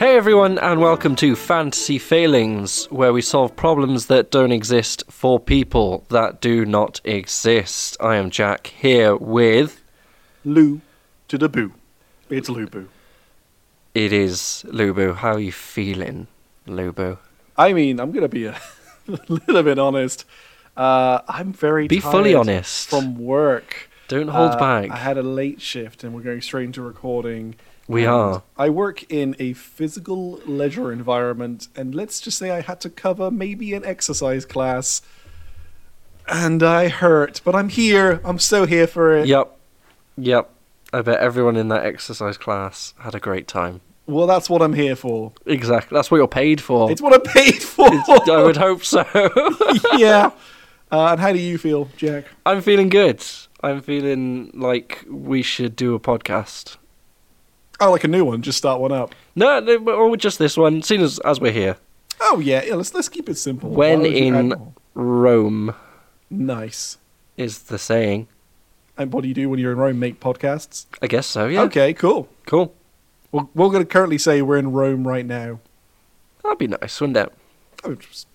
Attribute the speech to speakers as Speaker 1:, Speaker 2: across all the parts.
Speaker 1: everyone, and welcome to Fantasy Failings, where we solve problems that don't exist for people that do not exist. I am Jack here with.
Speaker 2: Lou to the boo. It's Lou Boo.
Speaker 1: It is Lubu. How are you feeling, Lubu?
Speaker 2: I mean, I'm gonna be a little bit honest. Uh, I'm very
Speaker 1: Be
Speaker 2: tired
Speaker 1: fully honest.
Speaker 2: from work.
Speaker 1: Don't hold
Speaker 2: Uh,
Speaker 1: back.
Speaker 2: I had a late shift, and we're going straight into recording.
Speaker 1: We
Speaker 2: And
Speaker 1: are.
Speaker 2: I work in a physical leisure environment, and let's just say I had to cover maybe an exercise class, and I hurt. But I'm here. I'm so here for it.
Speaker 1: Yep. Yep. I bet everyone in that exercise class had a great time.
Speaker 2: Well, that's what I'm here for.
Speaker 1: Exactly. That's what you're paid for.
Speaker 2: It's what I paid for.
Speaker 1: I would hope so.
Speaker 2: yeah. Uh, and how do you feel, Jack?
Speaker 1: I'm feeling good. I'm feeling like we should do a podcast.
Speaker 2: Oh, like a new one. Just start one up.
Speaker 1: No, no but- or just this one. Seeing as as we're here,
Speaker 2: Oh yeah, yeah. Let's let's keep it simple. Why
Speaker 1: When
Speaker 2: would you
Speaker 1: in-
Speaker 2: add more?
Speaker 1: Rome
Speaker 2: nice.
Speaker 1: is the saying.
Speaker 2: And what do you do when you're in Rome? Make podcasts.
Speaker 1: I guess so. Yeah.
Speaker 2: Okay, cool.
Speaker 1: Cool.
Speaker 2: Well, we're going to currently say we're in Rome right now.
Speaker 1: That'd be nice, wouldn't it?
Speaker 2: I would just,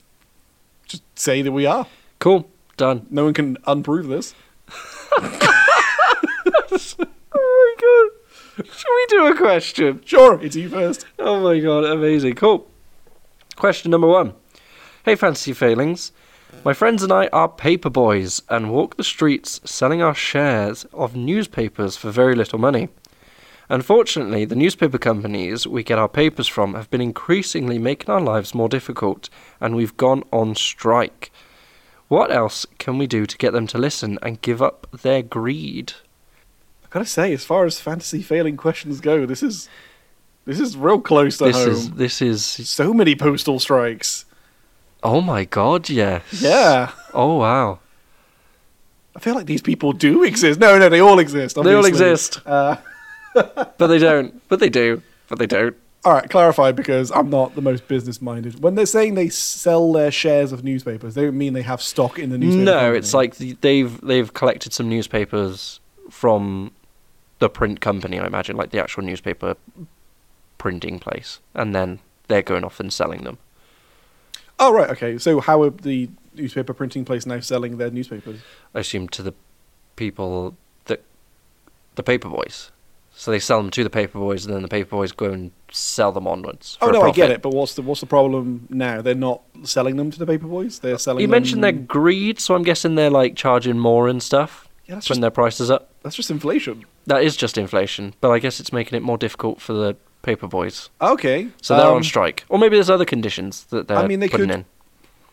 Speaker 2: just say that we are.
Speaker 1: Cool. Done.
Speaker 2: No one can unprove this.
Speaker 1: Oh my god. Should we do a question?
Speaker 2: Sure, it's you first.
Speaker 1: Oh my god, amazing. Cool. Question number one. Hey, fantasy failings. My friends and I are paper boys and walk the streets selling our shares of newspapers for very little money. Unfortunately, the newspaper companies we get our papers from have been increasingly making our lives more difficult, and we've gone on strike. What else can we do to get them to listen and give up their greed?
Speaker 2: I gotta say, as far as fantasy failing questions go, this is this is real close to
Speaker 1: This
Speaker 2: home.
Speaker 1: is this is
Speaker 2: So many postal strikes.
Speaker 1: oh my god, yes.
Speaker 2: Yeah,
Speaker 1: Oh wow.
Speaker 2: I feel like these people do exist. No, no, they all exist.
Speaker 1: They all
Speaker 2: obviously.
Speaker 1: exist,
Speaker 2: Uh,
Speaker 1: but they don't. But they do. But they don't.
Speaker 2: All right, clarify because I'm not the most business minded. When they're saying they sell their shares of newspapers, they don't mean they have stock in the newspaper.
Speaker 1: No,
Speaker 2: company.
Speaker 1: it's like th- they've they've collected some newspapers from the print company, I imagine, like the actual newspaper printing place, and then they're going off and selling them.
Speaker 2: Oh, right, okay. So, how are the newspaper printing place now selling their newspapers?
Speaker 1: I assume to the people that the paper boys. So they sell them to the paper boys, and then the paper boys go and sell them onwards.
Speaker 2: Oh,
Speaker 1: for a
Speaker 2: no, I get
Speaker 1: profit.
Speaker 2: it, but what's the what's the problem now? They're not selling them to the paper boys? They're selling
Speaker 1: You
Speaker 2: them...
Speaker 1: mentioned their greed, so I'm guessing they're like charging more and stuff
Speaker 2: Yeah, that's,
Speaker 1: when
Speaker 2: just,
Speaker 1: their prices up.
Speaker 2: that's just inflation.
Speaker 1: That is just inflation, but I guess it's making it more difficult for the paper boys.
Speaker 2: Okay.
Speaker 1: So they're
Speaker 2: um,
Speaker 1: on strike, or maybe there's other conditions that they're
Speaker 2: I mean, they
Speaker 1: putting
Speaker 2: could-
Speaker 1: in.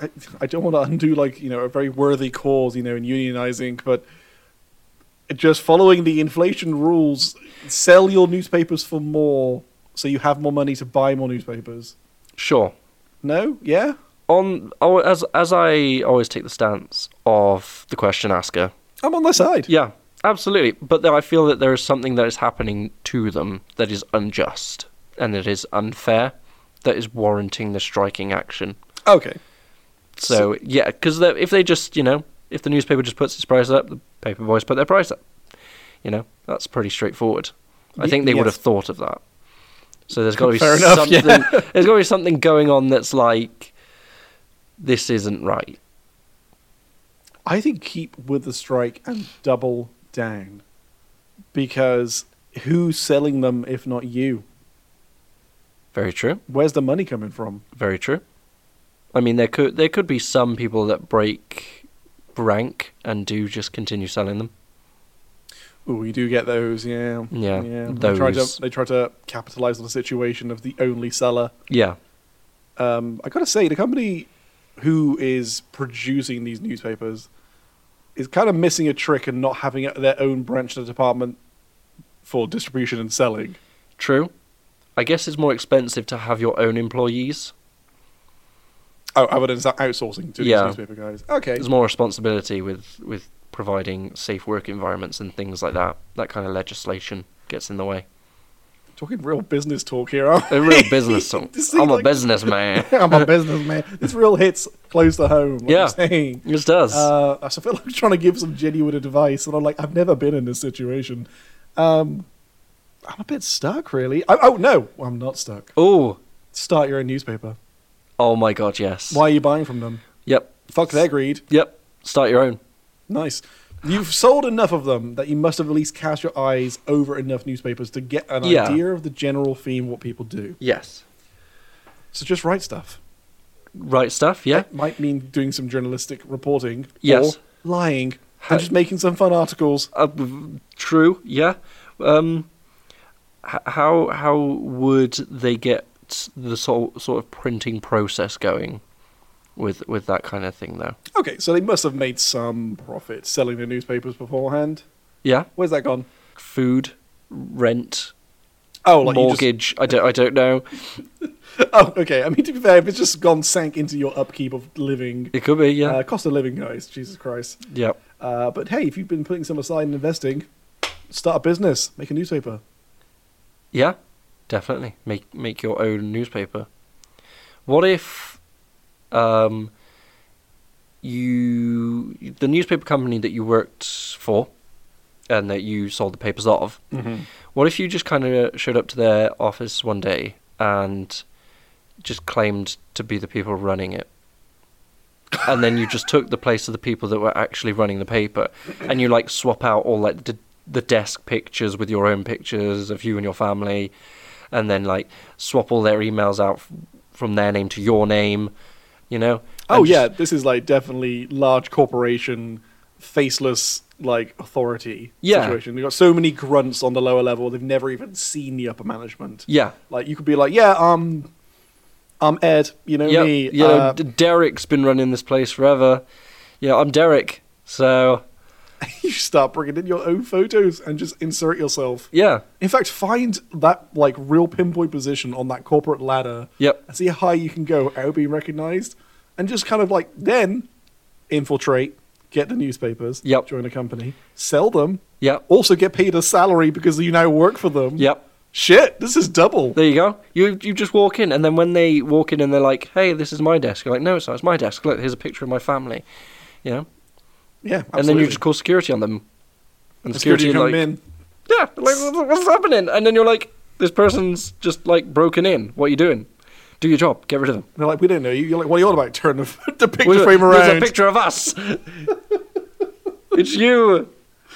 Speaker 2: I, I don't want to undo like you know a very worthy cause you know in unionizing but just following the inflation rules sell your newspapers for more so you have more money to buy more newspapers
Speaker 1: Sure.
Speaker 2: no yeah
Speaker 1: On oh, as as I always take the stance of the question asker.
Speaker 2: i'm on their side
Speaker 1: Yeah, absolutely. But then I feel that there is something that is happening to them that is unjust and that is unfair, that is warranting the striking action.
Speaker 2: okay
Speaker 1: So, yeah, 'cause yeah, because if they just you know if the newspaper just puts its price up, the paper boys put their price up. You know that's pretty straightforward. I
Speaker 2: Ye-
Speaker 1: think they would
Speaker 2: yes.
Speaker 1: have thought of that. So there's got to be
Speaker 2: Fair enough, yeah.
Speaker 1: something. There's got to be something going on that's like this isn't right.
Speaker 2: i think keep with the strike and double down because who's selling them if not you
Speaker 1: Very true.
Speaker 2: where's the money coming from
Speaker 1: Very true. I mean, there could there could be some people that break rank and do just continue selling them.
Speaker 2: Oh, you do get those, yeah.
Speaker 1: Yeah,
Speaker 2: They try
Speaker 1: those.
Speaker 2: to they try to capitalize on the situation of the only seller.
Speaker 1: Yeah.
Speaker 2: Um, I gotta say, the company who is producing these newspapers is kind of missing a trick and not having their own branch of the department for distribution and selling.
Speaker 1: True. I guess it's more expensive to have your own employees.
Speaker 2: Oh, other than that outsourcing to
Speaker 1: Yeah.
Speaker 2: these newspaper guys. Okay,
Speaker 1: there's more responsibility with with providing safe work environments and things like that. That kind of legislation gets in the way.
Speaker 2: talking real business talk here. aren't
Speaker 1: A real business song.
Speaker 2: This seems
Speaker 1: I'm a
Speaker 2: like-
Speaker 1: businessman.
Speaker 2: we? I'm a businessman. This real hits close to home. Like
Speaker 1: Yeah.
Speaker 2: I'm saying.
Speaker 1: This does.
Speaker 2: Uh, I feel like I'm trying to give some genuine advice, and I'm like, I've never been in this situation. Um, I'm a bit stuck, really. I, oh no, I'm not stuck.
Speaker 1: oh,
Speaker 2: Start your own newspaper.
Speaker 1: Oh my god, yes.
Speaker 2: Why are you buying from them?
Speaker 1: Yep.
Speaker 2: Fuck their greed.
Speaker 1: Yep. Start your own.
Speaker 2: Nice. You've sold enough of them that you must have at least cast your eyes over enough newspapers to get an
Speaker 1: Yeah.
Speaker 2: idea of the general theme, what people do.
Speaker 1: Yes.
Speaker 2: So just write stuff.
Speaker 1: Right stuff, yeah.
Speaker 2: That might mean doing some journalistic reporting
Speaker 1: Yes.
Speaker 2: or lying
Speaker 1: Ha-
Speaker 2: and just making some fun articles.
Speaker 1: Uh, v- true, yeah. Um h- how how would they get the sort sort of printing process going with with that kind of thing though?
Speaker 2: Okay, so they must have made some profit selling the newspapers beforehand.
Speaker 1: Yeah.
Speaker 2: Where's that gone?
Speaker 1: Food, rent,
Speaker 2: Oh, like you just-
Speaker 1: mortgage, I don't I don't know.
Speaker 2: oh, okay. I mean, to be fair, if it's just gone sank into your upkeep of living,
Speaker 1: It could be, yeah.
Speaker 2: uh, cost of living, guys. Jesus Christ.
Speaker 1: yeah.
Speaker 2: Uh, but hey, if you've been putting some aside and investing, start a business, make a newspaper.
Speaker 1: Yeah, definitely. Make make your own newspaper. What if um you the newspaper company that you worked for and that you sold the papers of, what if you just kind of showed up to their office one day and just claimed to be the people running it? and then you just took the place of the people that were actually running the paper and you like swap out all like the, the desk pictures with your own pictures of you and your family and then like swap all their emails out f- from their name to your name you know
Speaker 2: Oh
Speaker 1: And just-
Speaker 2: yeah, this is like definitely large corporation, faceless like authority
Speaker 1: Yeah.
Speaker 2: situation. You've got so many grunts on the lower level; they've never even seen the upper management.
Speaker 1: yeah
Speaker 2: Like you could be like, yeah, um, I'm Ed, you know
Speaker 1: yeah
Speaker 2: me.
Speaker 1: you know
Speaker 2: uh,
Speaker 1: D- derek's been running this place forever yeah i'm derek so
Speaker 2: you start bringing in your own photos and just insert yourself.
Speaker 1: yeah
Speaker 2: In fact, find that like real pinpoint position on that corporate ladder
Speaker 1: yep
Speaker 2: and see how high you can go without being recognized, and just kind of like then infiltrate, get the newspapers,
Speaker 1: Yep.
Speaker 2: join a company, sell them,
Speaker 1: yep
Speaker 2: also get paid a salary because you now work for them.
Speaker 1: yep
Speaker 2: Shit, this is double.
Speaker 1: There you go. You you just walk in, and then when they walk in and they're like, "Hey, this is my desk," you're like, "No, it's not. It's my desk. Look, here's a picture of my family." You know,
Speaker 2: Yeah, absolutely.
Speaker 1: and then you just call security on them, and
Speaker 2: The security
Speaker 1: are
Speaker 2: come
Speaker 1: like,
Speaker 2: in.
Speaker 1: "Yeah, like what's, what's happening?" And then you're like, "This person's just like broken in. What are you doing? Do your job. Get rid of them."
Speaker 2: They're like, we don't know you. You're like, what are you on about? Turn the, the picture
Speaker 1: There's a-
Speaker 2: frame
Speaker 1: There's
Speaker 2: around.
Speaker 1: a picture of us. it's you.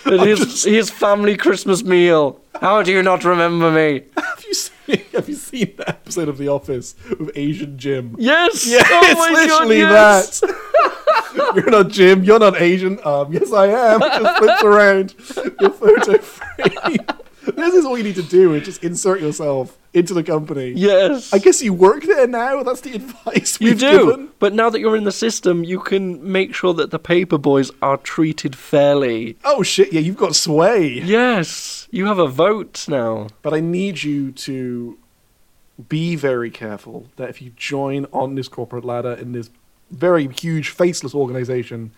Speaker 1: And his, his family Christmas meal. How do you not remember me?
Speaker 2: Have you seen? Have you seen that episode of The Office with Asian Jim?
Speaker 1: Yes.
Speaker 2: Yeah,
Speaker 1: oh
Speaker 2: it's
Speaker 1: my
Speaker 2: literally
Speaker 1: God, yes.
Speaker 2: that. you're not Jim. You're not Asian. Um, yes, I am. It Just flips around your photo frame. this is all you need to do: is just insert yourself into the company.
Speaker 1: Yes.
Speaker 2: I guess you work there now. That's the advice
Speaker 1: You
Speaker 2: we've
Speaker 1: do,
Speaker 2: given.
Speaker 1: but now that you're in the system, you can make sure that the paper boys are treated fairly.
Speaker 2: Oh shit! Yeah, you've got sway.
Speaker 1: Yes, you have a vote now.
Speaker 2: But I need you to be very careful that if you join on this corporate ladder in this very huge faceless organization,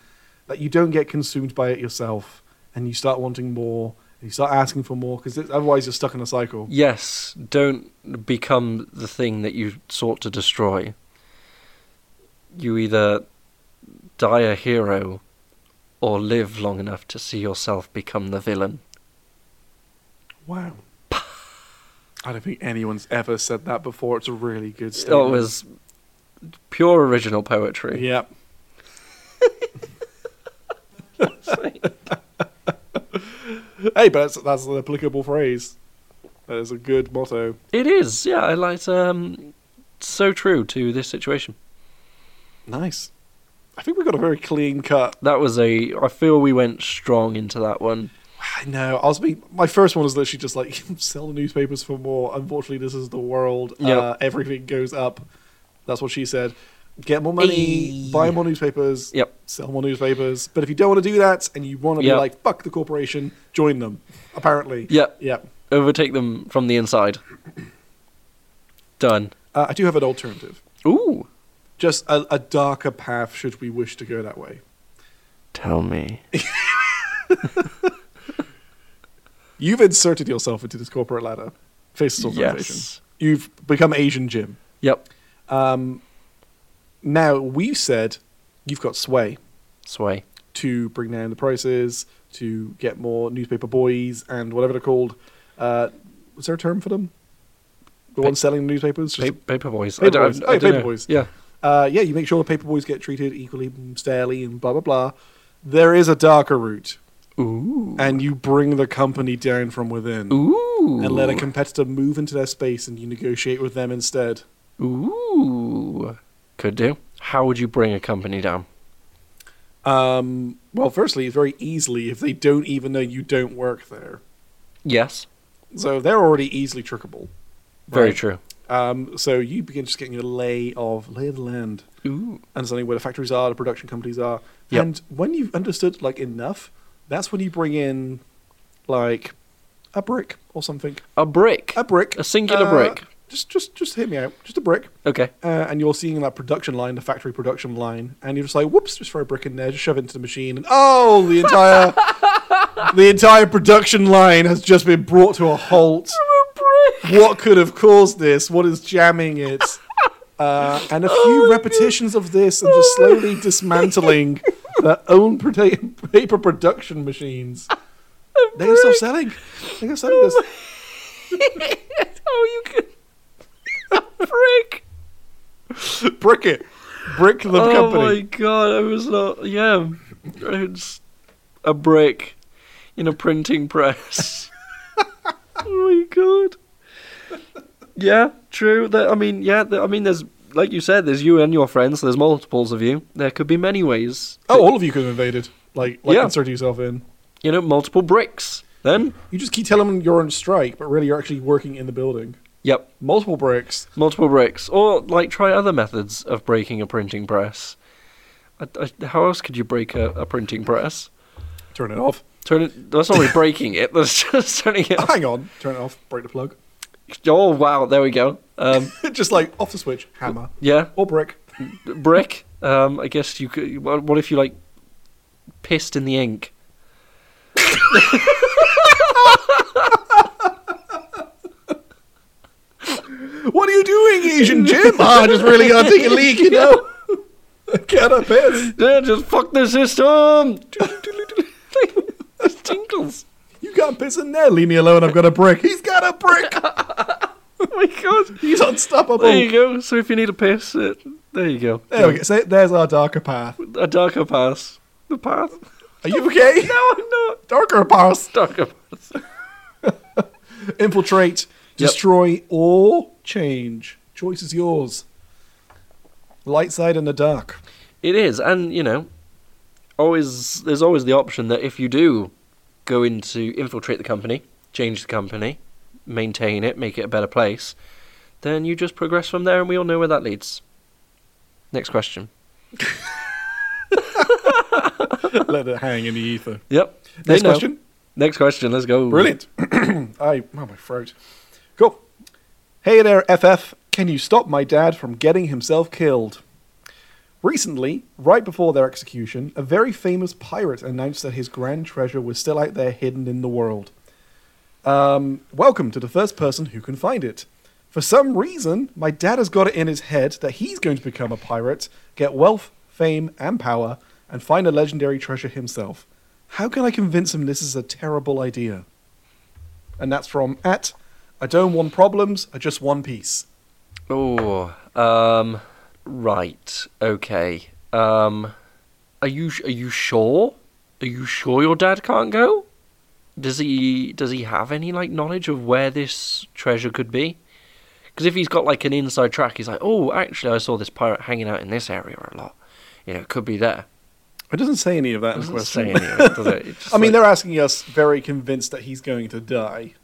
Speaker 2: that you don't get consumed by it yourself and you start wanting more and you start asking for more because otherwise you're stuck in a cycle.
Speaker 1: Yes, don't become the thing that you sought to destroy. You either die a hero or live long enough to see yourself become the villain.
Speaker 2: Wow. I don't think anyone's ever said that before. It's a really good
Speaker 1: That
Speaker 2: statement.
Speaker 1: was pure original poetry.
Speaker 2: Yep. Hey, but that's, that's an applicable phrase. That is a good motto.
Speaker 1: It is, yeah, I like um so true to this situation.
Speaker 2: Nice. I think we've got a very clean cut
Speaker 1: That was a. I feel we went strong into that one.
Speaker 2: I know. I was being, my first one was literally just like sell the newspapers for more. Unfortunately, this is the world. Uh,
Speaker 1: Yep.
Speaker 2: everything goes up. That's what she said. Get more money,
Speaker 1: Ayy.
Speaker 2: buy more newspapers,
Speaker 1: Yep.
Speaker 2: sell more newspapers. But if you don't want to do that and you want to
Speaker 1: Yep.
Speaker 2: be like fuck the corporation, join them. Apparently,
Speaker 1: Yep.
Speaker 2: yeah.
Speaker 1: Overtake them from the inside. Done.
Speaker 2: Uh, I do have an alternative,
Speaker 1: Ooh.
Speaker 2: just a, a darker path should we wish to go that way.
Speaker 1: Tell me.
Speaker 2: You've inserted yourself into this corporate ladder, faceless organization.
Speaker 1: Yes.
Speaker 2: You've become Asian Jim.
Speaker 1: Yep.
Speaker 2: Um, now we've said you've got sway
Speaker 1: Sway.
Speaker 2: to bring down the prices, to get more newspaper boys and whatever they're called. Uh, was there a term for them? The ones selling the newspapers.
Speaker 1: Pa-
Speaker 2: Just,
Speaker 1: paper boys.
Speaker 2: Paper
Speaker 1: I don't,
Speaker 2: boys.
Speaker 1: I
Speaker 2: Oh,
Speaker 1: don't
Speaker 2: paper
Speaker 1: know.
Speaker 2: boys.
Speaker 1: Yeah.
Speaker 2: uh, yeah, you make sure the paper boys get treated equally and fairly and blah blah blah. There is a darker route,
Speaker 1: Ooh.
Speaker 2: and you bring the company down from within,
Speaker 1: Ooh.
Speaker 2: and let a competitor move into their space, and you negotiate with them instead.
Speaker 1: Ooh. Could do. How would you bring a company down?
Speaker 2: Um, well, firstly, very easily if they don't even know you don't work there,
Speaker 1: Yes.
Speaker 2: so they're already easily trickable.
Speaker 1: Very
Speaker 2: Right.
Speaker 1: true.
Speaker 2: Um, so you begin just getting a lay of lay of the land,
Speaker 1: Ooh.
Speaker 2: understanding where the factories are, the production companies are,
Speaker 1: Yep.
Speaker 2: and when you've understood like enough, that's when you bring in like a brick or something.
Speaker 1: A brick.
Speaker 2: A brick,
Speaker 1: A singular
Speaker 2: Uh,
Speaker 1: brick.
Speaker 2: Just, just, just hit me out. Just a brick,
Speaker 1: Okay.
Speaker 2: uh, and you're seeing that production line, the factory production line, and you're just like, whoops, just throw a brick in there, just shove it into the machine, and oh, the entire, the entire production line has just been brought to a halt. What could have caused this? What is jamming it? Uh, and a few
Speaker 1: Oh,
Speaker 2: repetitions of this, and just slowly dismantling their own prota- paper production machines. They're gonna stop selling. They're gonna sell this.
Speaker 1: oh, you could. brick.
Speaker 2: Brick it. Brick the
Speaker 1: oh
Speaker 2: company.
Speaker 1: my god, I was not. Yeah, it's a brick in a printing press. oh my god. Yeah, true. There, I mean, yeah. There, I mean, there's like you said, there's you and your friends. There's multiples of you. There could be many ways.
Speaker 2: Oh, all of you could have invaded. Like, like
Speaker 1: Yeah.
Speaker 2: insert yourself in.
Speaker 1: You know, multiple bricks. Then,
Speaker 2: You just keep telling them you're on strike, but really you're actually working in the building.
Speaker 1: yep,
Speaker 2: Multiple bricks.
Speaker 1: multiple bricks, or like try other methods of breaking a printing press. I, I, how else could you break a, a printing press?
Speaker 2: Turn it off.
Speaker 1: Turn it. That's not really breaking it. That's just turning it.
Speaker 2: Oh, hang on. Turn it off. Break the plug.
Speaker 1: Oh wow, there we go. Um,
Speaker 2: just like off the switch. Hammer
Speaker 1: yeah,
Speaker 2: or brick.
Speaker 1: brick. Um, I guess you could. What what if you like pissed in the ink?
Speaker 2: What are you doing, Asian Jim? Ah, I just really gotta take a leak, you know. I gotta piss.
Speaker 1: Yeah, just fuck the system. It tinkles.
Speaker 2: You can't piss in there. Leave me alone. I've got a brick. He's got a brick.
Speaker 1: Oh my god.
Speaker 2: He's unstoppable.
Speaker 1: There you go. So if you need a piss, it, there you go.
Speaker 2: There we go. So there's our darker path.
Speaker 1: A darker pass. The path.
Speaker 2: Are you okay?
Speaker 1: No, I'm not.
Speaker 2: Darker path.
Speaker 1: Darker pass.
Speaker 2: infiltrate, destroy, or change. Choice is yours. Light side and the dark.
Speaker 1: It is, and you know, always there's always the option that if you do go in to infiltrate the company, change the company, maintain it, make it a better place, then you just progress from there, and we all know where that leads. Next question.
Speaker 2: Let it hang in the ether.
Speaker 1: Yep. they
Speaker 2: Next
Speaker 1: know.
Speaker 2: question.
Speaker 1: Next question. Let's go.
Speaker 2: Brilliant. I oh my throat. Cool. Hey there, FF. Can you stop my dad from getting himself killed? Recently, right before their execution, a very famous pirate announced that his grand treasure was still out there hidden in the world. Um, welcome to the first person who can find it. For some reason, my dad has got it in his head that he's going to become a pirate, get wealth, fame, and power, and find a legendary treasure himself. How can I convince him this is a terrible idea? And that's from at I don't want problems, I just want peace.
Speaker 1: Oh, um, right. Okay. Um, are you are you sure? Are you sure your dad can't go? Does he does he have any like knowledge of where this treasure could be? Because if he's got like an inside track, he's like, oh, actually, I saw this pirate hanging out in this area a lot. You know, it could be there.
Speaker 2: It doesn't say any of that in the
Speaker 1: Doesn't
Speaker 2: question.
Speaker 1: say any of it, does it? It's just
Speaker 2: I
Speaker 1: like-
Speaker 2: mean, they're asking us very convinced that he's going to die.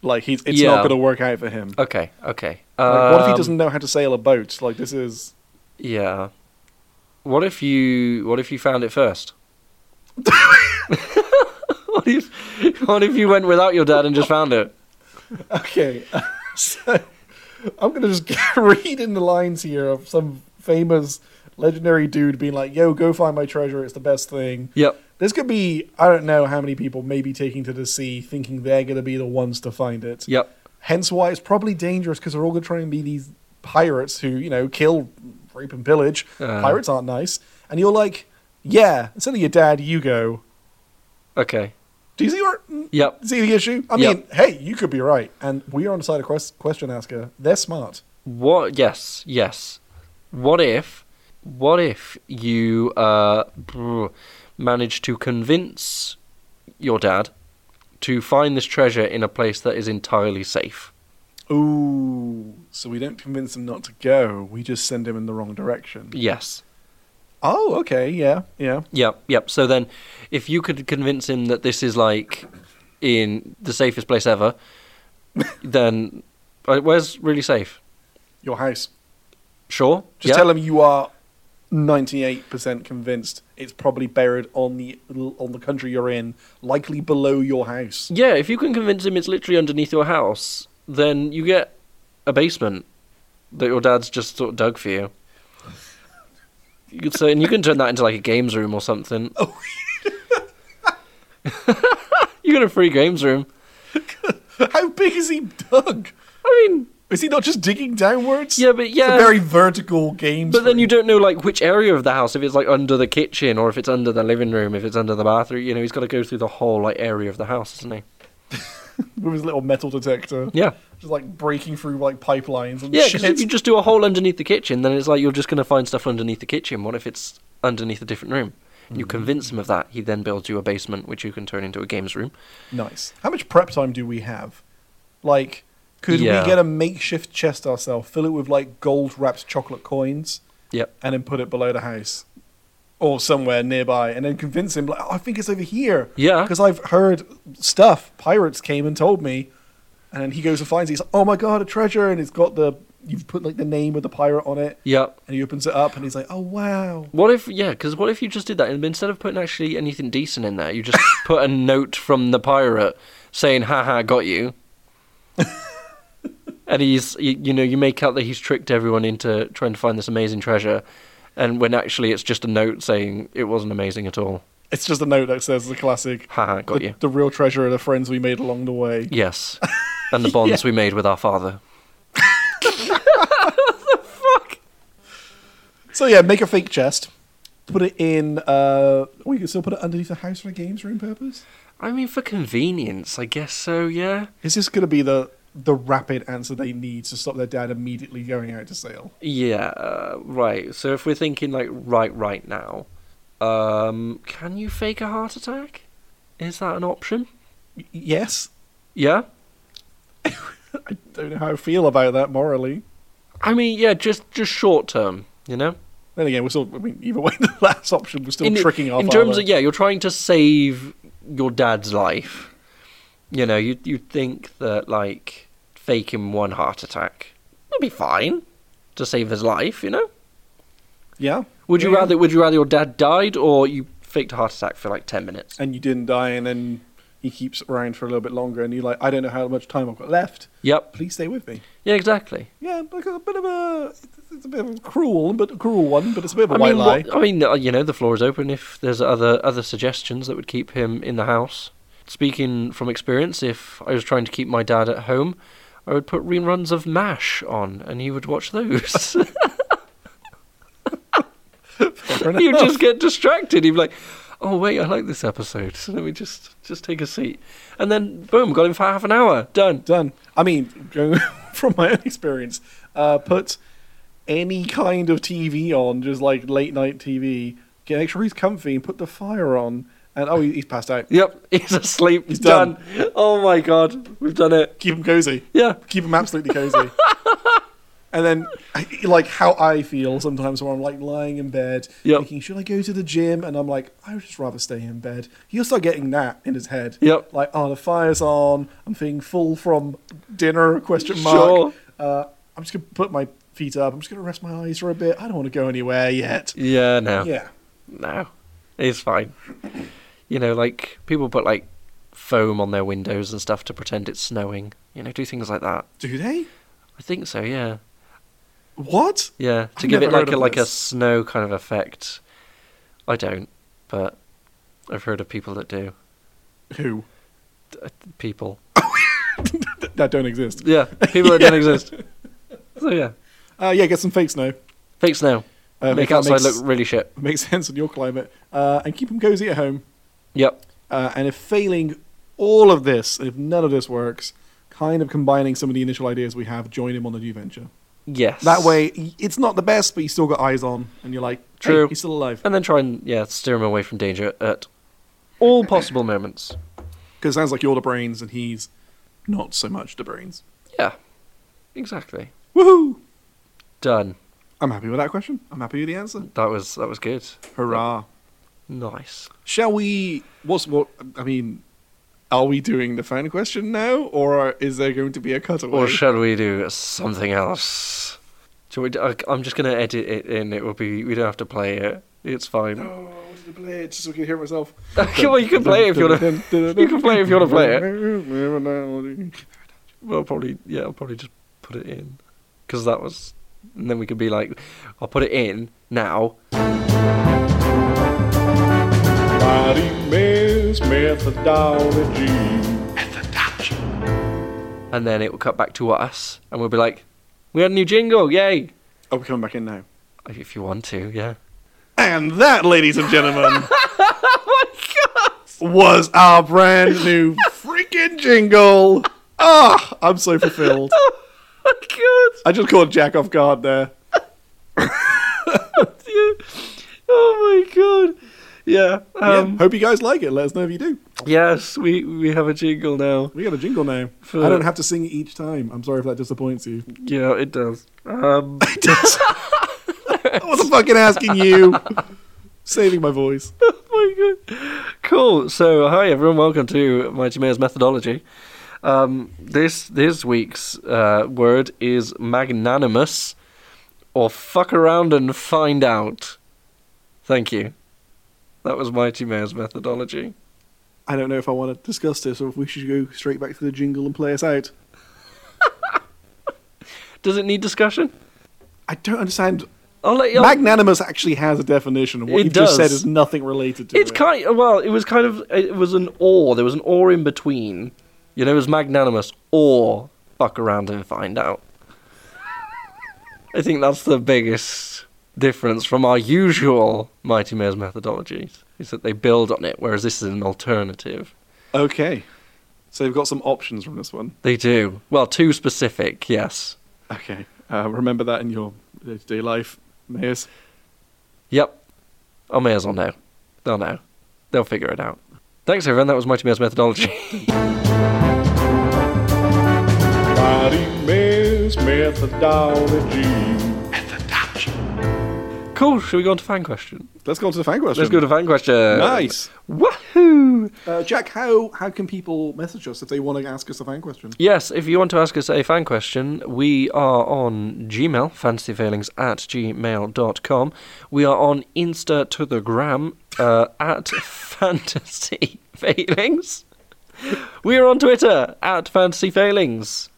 Speaker 2: Like he's it's
Speaker 1: Yeah.
Speaker 2: not going to work out for him.
Speaker 1: okay, okay.
Speaker 2: Like, what if he
Speaker 1: Um,
Speaker 2: doesn't know how to sail a boat? Like this is
Speaker 1: Yeah. What if you what if you found it first? what if what if you went without your dad and just found it?
Speaker 2: okay. so I'm going to just read in the lines here of some famous legendary dude being like, "Yo, go find my treasure. It's the best thing."
Speaker 1: Yep.
Speaker 2: This could be I don't know how many people may be taking to the sea thinking they're going to be the ones to find it.
Speaker 1: Yep.
Speaker 2: Hence why it's probably dangerous because they're all going to try and be these pirates who, you know, kill, rape, and pillage.
Speaker 1: Uh.
Speaker 2: pirates aren't nice. And you're like, yeah, instead of your dad, you go.
Speaker 1: Okay.
Speaker 2: Do you see where?
Speaker 1: Yep.
Speaker 2: See the issue? I
Speaker 1: Yep.
Speaker 2: mean, hey, you could be right, and we are on the side of quest- question asker. They're smart.
Speaker 1: What? Yes, yes. What if? What if you uh, br- manage to convince your dad to find this treasure in a place that is entirely safe?
Speaker 2: Ooh, so we don't convince him not to go. We just send him in the wrong direction.
Speaker 1: Yes.
Speaker 2: Oh, okay, yeah, yeah.
Speaker 1: Yep. Yep. So then, if you could convince him that this is like in the safest place ever, then uh, where's really safe?
Speaker 2: Your house.
Speaker 1: Sure.
Speaker 2: Just tell him you are ninety-eight percent convinced it's probably buried on the on the country you're in, likely below your house.
Speaker 1: Yeah, if you can convince him it's literally underneath your house, then you get a basement that your dad's just sort of dug for you. You could say, and you can turn that into like a games room or something.
Speaker 2: Oh.
Speaker 1: you got a free games room.
Speaker 2: How big is he dug?
Speaker 1: I mean,
Speaker 2: Is he not just digging downwards?
Speaker 1: yeah, but
Speaker 2: It's a
Speaker 1: yeah,
Speaker 2: very vertical game.
Speaker 1: but then you don't know like which area of the house. If it's like under the kitchen, or if it's under the living room, if it's under the bathroom. You know, he's got to go through the whole like area of the house, isn't he?
Speaker 2: with his little metal detector,
Speaker 1: Yeah.
Speaker 2: just like breaking through like pipelines and
Speaker 1: Yeah, 'cause
Speaker 2: shit.
Speaker 1: if you just do a hole underneath the kitchen, then it's like you're just going to find stuff underneath the kitchen. What if it's underneath a different room? You convince him of that. He then builds you a basement, which you can turn into a games room.
Speaker 2: Nice. How much prep time do we have? Like, could
Speaker 1: Yeah.
Speaker 2: we get a makeshift chest ourselves, fill it with like gold wrapped chocolate coins,
Speaker 1: Yep.
Speaker 2: and then put it below the house or somewhere nearby, and then convince him, like, oh, I think it's over here.
Speaker 1: Yeah.
Speaker 2: Because I've heard stuff. Pirates came and told me. And then he goes and finds it. He's like, oh my God, a treasure. And it's got the, you've put like the name of the pirate on it.
Speaker 1: Yep.
Speaker 2: And he opens it up and he's like, oh wow.
Speaker 1: What if, yeah, because what if you just did that? And instead of putting actually anything decent in there, you just put a note from the pirate saying, haha, got you. and he's, you, you know, you make out that he's tricked everyone into trying to find this amazing treasure. And when actually it's just a note saying it wasn't amazing at all.
Speaker 2: It's just a note that says the classic.
Speaker 1: Haha, got
Speaker 2: the,
Speaker 1: you.
Speaker 2: the real treasure are the friends we made along the way.
Speaker 1: Yes. And the bonds we made with our father.
Speaker 2: So yeah, make a fake chest. Put it in. Uh, we can still put it underneath the house for a games room purpose.
Speaker 1: I mean, for convenience, I guess so, yeah.
Speaker 2: Is this going to be the the rapid answer they need to stop their dad immediately going out to sale?
Speaker 1: Yeah, uh, right. So if we're thinking, like, right, right now, um, can you fake a heart attack? Is that an option?
Speaker 2: Y- yes.
Speaker 1: Yeah?
Speaker 2: I don't know how I feel about that morally.
Speaker 1: I mean, yeah, just, just short term, you know?
Speaker 2: Then again, we're still. I mean, either way, the last option we're still
Speaker 1: in,
Speaker 2: tricking our
Speaker 1: in terms
Speaker 2: father.
Speaker 1: of yeah you're trying to save your dad's life you know you you think that like faking one heart attack would be fine to save his life you know
Speaker 2: yeah.
Speaker 1: would you
Speaker 2: Yeah.
Speaker 1: rather would you rather your dad died or you faked a heart attack for like 10 minutes
Speaker 2: And you didn't die, and then he keeps around for a little bit longer, and you're like, I don't know how much time I've got left.
Speaker 1: yep
Speaker 2: Please stay with me.
Speaker 1: yeah exactly
Speaker 2: Yeah, like a bit of a. It's a bit of a cruel, but a cruel one, but it's a bit of a
Speaker 1: I
Speaker 2: white
Speaker 1: mean,
Speaker 2: lie.
Speaker 1: what- I mean, uh, you know, the floor is open if there's other other suggestions that would keep him in the house. Speaking from experience, if I was trying to keep my dad at home, I would put reruns of MASH on, and he would watch those.
Speaker 2: Fair
Speaker 1: He'd
Speaker 2: enough.
Speaker 1: just get distracted. He'd be like, "Oh wait, I like this episode. So let me just just take a seat." And then, boom, got him for half an hour. Done.
Speaker 2: Done. I mean, going from my own experience, uh, put any kind of TV on, just like late night TV. Get make sure he's comfy and put the fire on. And oh, he- he's passed out.
Speaker 1: Yep, he's asleep.
Speaker 2: He's
Speaker 1: done. Oh my god, we've done it.
Speaker 2: Keep him cozy.
Speaker 1: Yeah.
Speaker 2: Keep him absolutely cozy. and then, like how I feel sometimes when I'm like lying in bed,
Speaker 1: Yep.
Speaker 2: thinking, should I go to the gym? And I'm like, I would just rather stay in bed. He'll start getting that in his head.
Speaker 1: Yep.
Speaker 2: Like, oh, the fire's on. I'm feeling full from dinner? Question mark.
Speaker 1: Sure.
Speaker 2: Uh, I'm just gonna put my feet up. I'm just gonna rest my eyes for a bit. I don't want to go anywhere yet.
Speaker 1: Yeah. No.
Speaker 2: Yeah.
Speaker 1: No, it's fine. You know, like people put like foam on their windows and stuff to pretend it's snowing. You know, do things like that.
Speaker 2: Do they?
Speaker 1: I think so. Yeah,
Speaker 2: What?
Speaker 1: yeah. To
Speaker 2: I've
Speaker 1: give it
Speaker 2: never heard
Speaker 1: like a
Speaker 2: of
Speaker 1: like a
Speaker 2: this.
Speaker 1: snow kind of effect. I don't, but I've heard of people that do.
Speaker 2: Who?
Speaker 1: Uh, People.
Speaker 2: Th- that don't exist.
Speaker 1: Yeah, people that don't exist. So yeah,
Speaker 2: Uh, yeah, get some fake snow.
Speaker 1: fake snow.
Speaker 2: Uh,
Speaker 1: make
Speaker 2: that
Speaker 1: outside
Speaker 2: makes-
Speaker 1: look really shit.
Speaker 2: makes sense in your climate. Uh, and keep them cozy at home.
Speaker 1: Yep.
Speaker 2: Uh, and if failing all of this, if none of this works, kind of combining some of the initial ideas we have, join him on the new venture.
Speaker 1: Yes.
Speaker 2: That way, y- it's not the best, but you still got eyes on, and you're like, hey,
Speaker 1: True.
Speaker 2: he's still alive.
Speaker 1: And then try and, yeah, steer him away from danger at all possible moments.
Speaker 2: Because it sounds like you're the brains, and he's not so much the brains.
Speaker 1: Yeah. Exactly.
Speaker 2: Woohoo!
Speaker 1: Done.
Speaker 2: I'm happy with that question. I'm happy with the answer.
Speaker 1: That was that was good.
Speaker 2: Hurrah!
Speaker 1: Nice.
Speaker 2: Shall we? What's what? I mean, are we doing the fan question now, or is there going to be a cutaway?
Speaker 1: Or shall we do something else? Shall we do, I, I'm just gonna edit it in. It will be. We don't have to play it. It's fine.
Speaker 2: No, I wanted to play it just so I could hear myself.
Speaker 1: well, you can play it if you want. to.
Speaker 2: You
Speaker 1: can play it if you wanna play
Speaker 2: it.
Speaker 1: Well, probably. Yeah, I'll probably just put it in because that was. And then we could be like, I'll put it in now.
Speaker 2: methodology.
Speaker 1: and then it will cut back to us, and we'll be like, "We had a new jingle, yay!"
Speaker 2: Oh, we're coming back in now.
Speaker 1: If you want to, yeah.
Speaker 2: And that, ladies and gentlemen,
Speaker 1: Oh
Speaker 2: was our brand new freaking jingle. Ah, I'm so fulfilled.
Speaker 1: Oh god!
Speaker 2: I just caught Jack off guard there.
Speaker 1: Yeah. Oh my god! Yeah.
Speaker 2: yeah,
Speaker 1: Um,
Speaker 2: hope you guys like it. Let us know if you do.
Speaker 1: Yes, we we have a jingle now.
Speaker 2: We got a jingle now.
Speaker 1: For-
Speaker 2: I don't have to sing it each time. I'm sorry if that disappoints you.
Speaker 1: Yeah, it does. Um,
Speaker 2: I wasn't fucking asking you. Saving my voice.
Speaker 1: oh my god! Cool. So, hi everyone. Welcome to Mighty Mayor's methodology. Um, this this week's uh, word is magnanimous, or fuck around and find out. Thank you. That was Mighty Mayor's methodology.
Speaker 2: I don't know if I want to discuss this or if we should go straight back to the jingle and play us out.
Speaker 1: Does it need discussion?
Speaker 2: I don't understand.
Speaker 1: I'll let you.
Speaker 2: Magnanimous actually has a definition, and what
Speaker 1: It
Speaker 2: you've just said
Speaker 1: does.
Speaker 2: is nothing related to
Speaker 1: it's
Speaker 2: it.
Speaker 1: kind. well, it was kind of. It was an or. There was an or in between. You know, it was magnanimous or fuck around and find out. I think that's the biggest difference from our usual Mighty Mayor's methodologies is that they build on it, whereas this is an alternative.
Speaker 2: okay. So we've got some options from this one.
Speaker 1: They do well. Too specific, yes.
Speaker 2: Okay. Uh, remember that in your day-to-day life, Mayors.
Speaker 1: Yep. Our mayors will know. They'll know. They'll figure it out. Thanks, everyone. That was Mighty Mayor's methodology. Cool. Should we go on to fan question?
Speaker 2: Let's go on to the fan question.
Speaker 1: Let's go to fan question.
Speaker 2: Nice.
Speaker 1: Woohoo!
Speaker 2: Uh, Jack, how how can people message us if they want to ask us a fan question?
Speaker 1: Yes, if you want to ask us a fan question, we are on Gmail, fantasyfailings at gmail.com. We are on Insta to the gram uh, at fantasyfailings. We are on Twitter at fantasyfailings.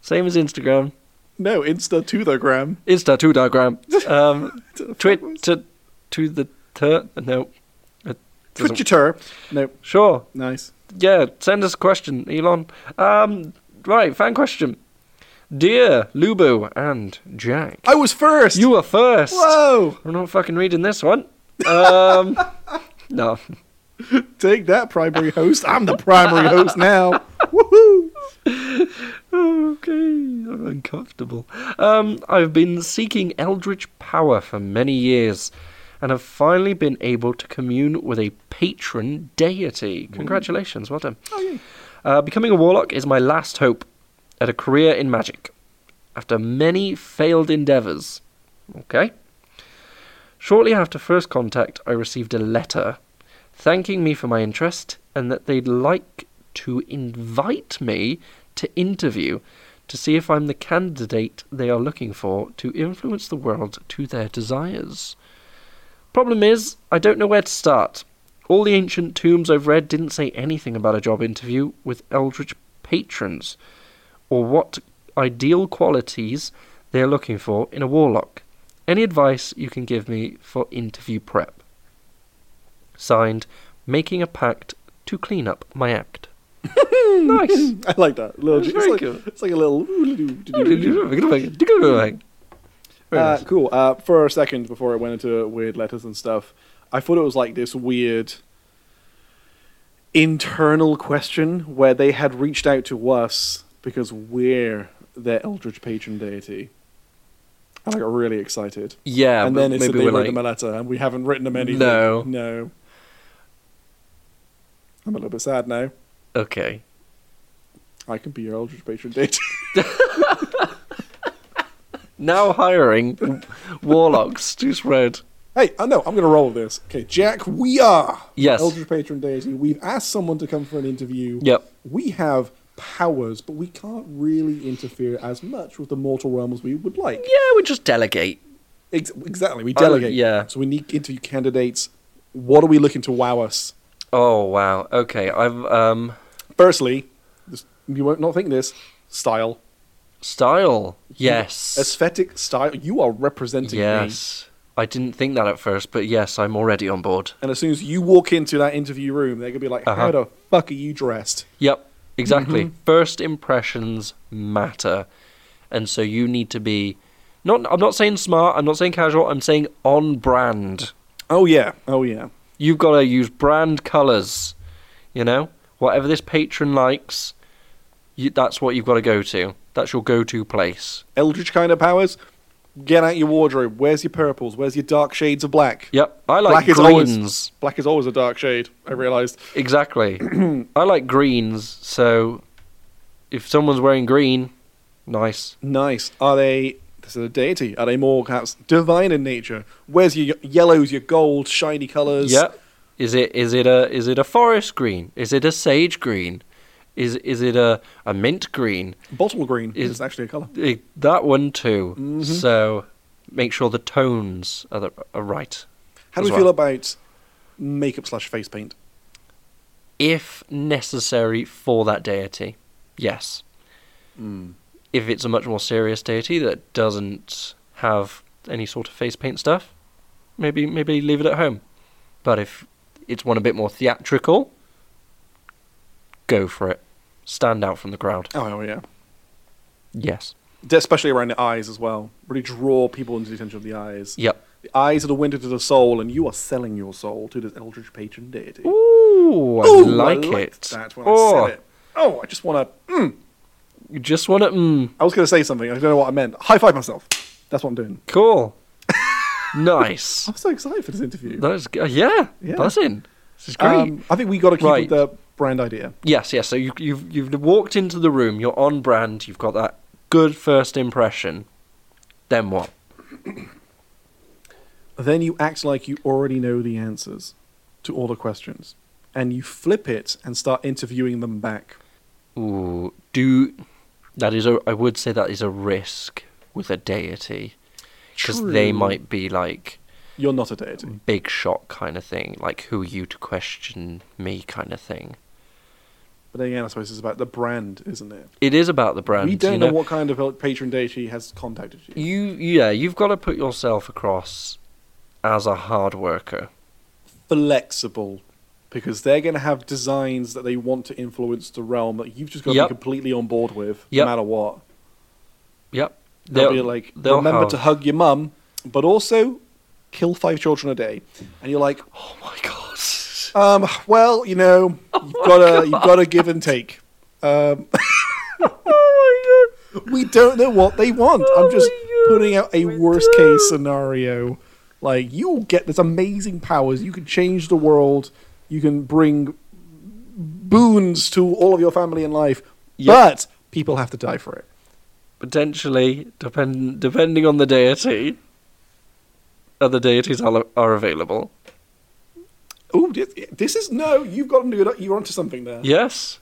Speaker 1: Same as Instagram.
Speaker 2: No, Insta to the gram.
Speaker 1: Insta to the gram. Um, Twitter to the tur. No. It doesn't-
Speaker 2: Twitter. No,
Speaker 1: Sure.
Speaker 2: nice.
Speaker 1: Yeah, send us a question, Elon. Um, right, fan question. Dear Lubu and Jack,
Speaker 2: I was first.
Speaker 1: you were first.
Speaker 2: Whoa!
Speaker 1: I'm not fucking reading this one. Um, no.
Speaker 2: Take that, primary host. I'm the primary host now. Woohoo!
Speaker 1: Okay, I'm uncomfortable. Um, I've been seeking eldritch power for many years and have finally been able to commune with a patron deity. Congratulations, well done. Uh, becoming a warlock is my last hope at a career in magic after many failed endeavours. Okay. Shortly after first contact, I received a letter thanking me for my interest and that they'd like to invite me to interview to see if I'm the candidate they are looking for to influence the world to their desires. Problem is, I don't know where to start. All the ancient tombs I've read didn't say anything about a job interview with eldritch patrons, or what ideal qualities they're looking for in a warlock. Any advice you can give me for interview prep? Signed, Making a Pact to Clean Up My Act. nice!
Speaker 2: I like that. Little,
Speaker 1: That's
Speaker 2: it's,
Speaker 1: very
Speaker 2: like,
Speaker 1: cool.
Speaker 2: it's like a little.
Speaker 1: Very
Speaker 2: Uh,
Speaker 1: nice.
Speaker 2: cool. Uh, for a second, before I went into weird letters and stuff, I thought it was like this weird internal question where they had reached out to us because we're their Eldritch patron deity. And I got really excited.
Speaker 1: Yeah,
Speaker 2: and
Speaker 1: but
Speaker 2: then it said
Speaker 1: maybe
Speaker 2: they
Speaker 1: we're
Speaker 2: wrote
Speaker 1: like,
Speaker 2: them a letter, and we haven't written them anything.
Speaker 1: No.
Speaker 2: No. I'm a little bit sad now.
Speaker 1: okay.
Speaker 2: I can be your Eldritch patron deity.
Speaker 1: Now hiring warlocks to spread.
Speaker 2: hey, I know, I'm going to roll with this. Okay, Jack, we are
Speaker 1: Yes.
Speaker 2: Eldritch patron deity. We've asked someone to come for an interview.
Speaker 1: Yep.
Speaker 2: We have powers, but we can't really interfere as much with the mortal realm as we would like.
Speaker 1: Yeah, we just delegate.
Speaker 2: Ex- exactly. We
Speaker 1: I don't-
Speaker 2: delegate.
Speaker 1: Oh, yeah.
Speaker 2: So we need interview candidates. What are we looking to wow us?
Speaker 1: Oh wow. Okay. I've um
Speaker 2: Firstly, this, you won't not think this style,
Speaker 1: style. Yes.
Speaker 2: aesthetic style. You are representing me.
Speaker 1: yes. I didn't think that at first, but yes, I'm already on board.
Speaker 2: And as soon as you walk into that interview room, they're gonna be like,
Speaker 1: Uh-huh.
Speaker 2: "How the fuck are you dressed?"
Speaker 1: Yep. Exactly.
Speaker 2: Mm-hmm.
Speaker 1: First impressions matter. And so you need to be not I'm not saying smart, I'm not saying casual, I'm saying on brand.
Speaker 2: Oh yeah. Oh yeah.
Speaker 1: You've got to use brand colors, you know? Whatever this patron likes, you, that's what you've got to go to. That's your go-to place.
Speaker 2: Eldritch kind of powers. Get out your wardrobe. Where's your purples? Where's your dark shades of black?
Speaker 1: Yep. I like
Speaker 2: Black is always-
Speaker 1: greens.
Speaker 2: Black is always a dark shade. I realized.
Speaker 1: Exactly. I like greens, so if someone's wearing green, nice.
Speaker 2: Nice. Are they? This is a deity. Are they more perhaps divine in nature? Where's your yellows, your gold, shiny colors?
Speaker 1: Yep. Is it is it a is it a forest green? Is it a sage green? Is is it a, a mint green?
Speaker 2: Bottle green
Speaker 1: Is-
Speaker 2: is, actually a color.
Speaker 1: Eh, That one too.
Speaker 2: Mhm.
Speaker 1: So make sure the tones are, the, are right.
Speaker 2: How do
Speaker 1: as
Speaker 2: we
Speaker 1: well.
Speaker 2: feel about makeup slash face paint?
Speaker 1: if necessary for that deity. Yes. Hmm. If it's a much more serious deity that doesn't have any sort of face paint stuff, maybe maybe leave it at home. But if it's one a bit more theatrical, go for it. Stand out from the crowd.
Speaker 2: Oh yeah,
Speaker 1: Yes.
Speaker 2: De- especially around the eyes as well. Really draw people into the attention of the eyes.
Speaker 1: Yep.
Speaker 2: The eyes are the window to the soul, and you are selling your soul to this eldritch patron deity.
Speaker 1: Ooh, I
Speaker 2: Ooh,
Speaker 1: like
Speaker 2: liked
Speaker 1: it.
Speaker 2: That when
Speaker 1: oh,
Speaker 2: I said it. Oh, I just want to.
Speaker 1: you just want to. Mm,
Speaker 2: I was going to say something. I don't know what I meant. High five myself. That's what I'm doing.
Speaker 1: cool. nice.
Speaker 2: I'm so excited for this interview.
Speaker 1: That's g- yeah,
Speaker 2: Yeah.
Speaker 1: buzzing. This is great.
Speaker 2: Um, I think we got to keep
Speaker 1: Right.
Speaker 2: with the brand idea.
Speaker 1: Yes, yes. So you, you've you've walked into the room. You're on brand. You've got that good first impression. Then what?
Speaker 2: Then you act like you already know the answers to all the questions, and you flip it and start interviewing them back.
Speaker 1: Ooh, do that is a. I would say that is a risk with a deity because they
Speaker 2: True.
Speaker 1: might be like
Speaker 2: You're not a deity.
Speaker 1: big shot kind of thing, like who are you to question me kind of thing.
Speaker 2: But then again, I suppose it's about the brand, isn't it?
Speaker 1: It is about the brand.
Speaker 2: we don't
Speaker 1: you
Speaker 2: know, what kind of patron deity has contacted you.
Speaker 1: you yeah. You've got to put yourself across as a hard worker.
Speaker 2: Flexible, because they're going to have designs that they want to influence the realm that you've just got to
Speaker 1: Yep.
Speaker 2: be completely on board with,
Speaker 1: Yep.
Speaker 2: no matter what.
Speaker 1: Yep.
Speaker 2: They'll, be like,
Speaker 1: they'll
Speaker 2: remember
Speaker 1: have-
Speaker 2: to hug your mum, but also kill five children a day. And you're like,
Speaker 1: Oh my god.
Speaker 2: Um, well, you know, you've
Speaker 1: Oh,
Speaker 2: got to you've got to give and take. Um,
Speaker 1: Oh,
Speaker 2: we don't know what they want. I'm just
Speaker 1: Oh, my God,
Speaker 2: putting out a
Speaker 1: we
Speaker 2: worst case scenario. Like you'll get this amazing powers. You can change the world. You can bring boons to all of your family and life.
Speaker 1: Yeah.
Speaker 2: But people have to die for it.
Speaker 1: potentially depend depending on the deity other deities are, are available
Speaker 2: Oh, this is no. You've got to do it. You're onto something there.
Speaker 1: yes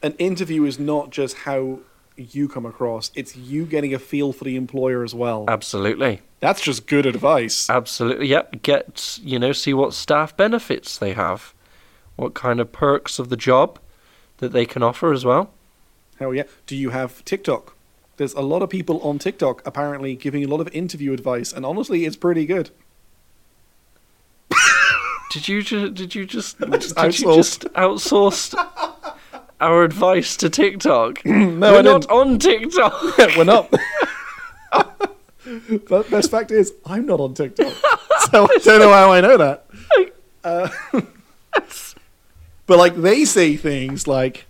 Speaker 2: an interview is not just how you come across, it's you getting a feel for the employer as well.
Speaker 1: absolutely
Speaker 2: That's just good advice.
Speaker 1: absolutely yep get you know see what staff benefits they have what kind of perks of the job that they can offer as well
Speaker 2: Hell yeah. Do you have TikTok? There's a lot of people on TikTok apparently giving a lot of interview advice, and honestly, it's pretty good.
Speaker 1: did you ju- did you just did
Speaker 2: just
Speaker 1: you just outsourced our advice to TikTok
Speaker 2: No,
Speaker 1: we're
Speaker 2: I
Speaker 1: not
Speaker 2: didn't.
Speaker 1: on TikTok
Speaker 2: We're not. but best fact is, I'm not on TikTok. So I don't know how I know that. Uh, But like they say things like,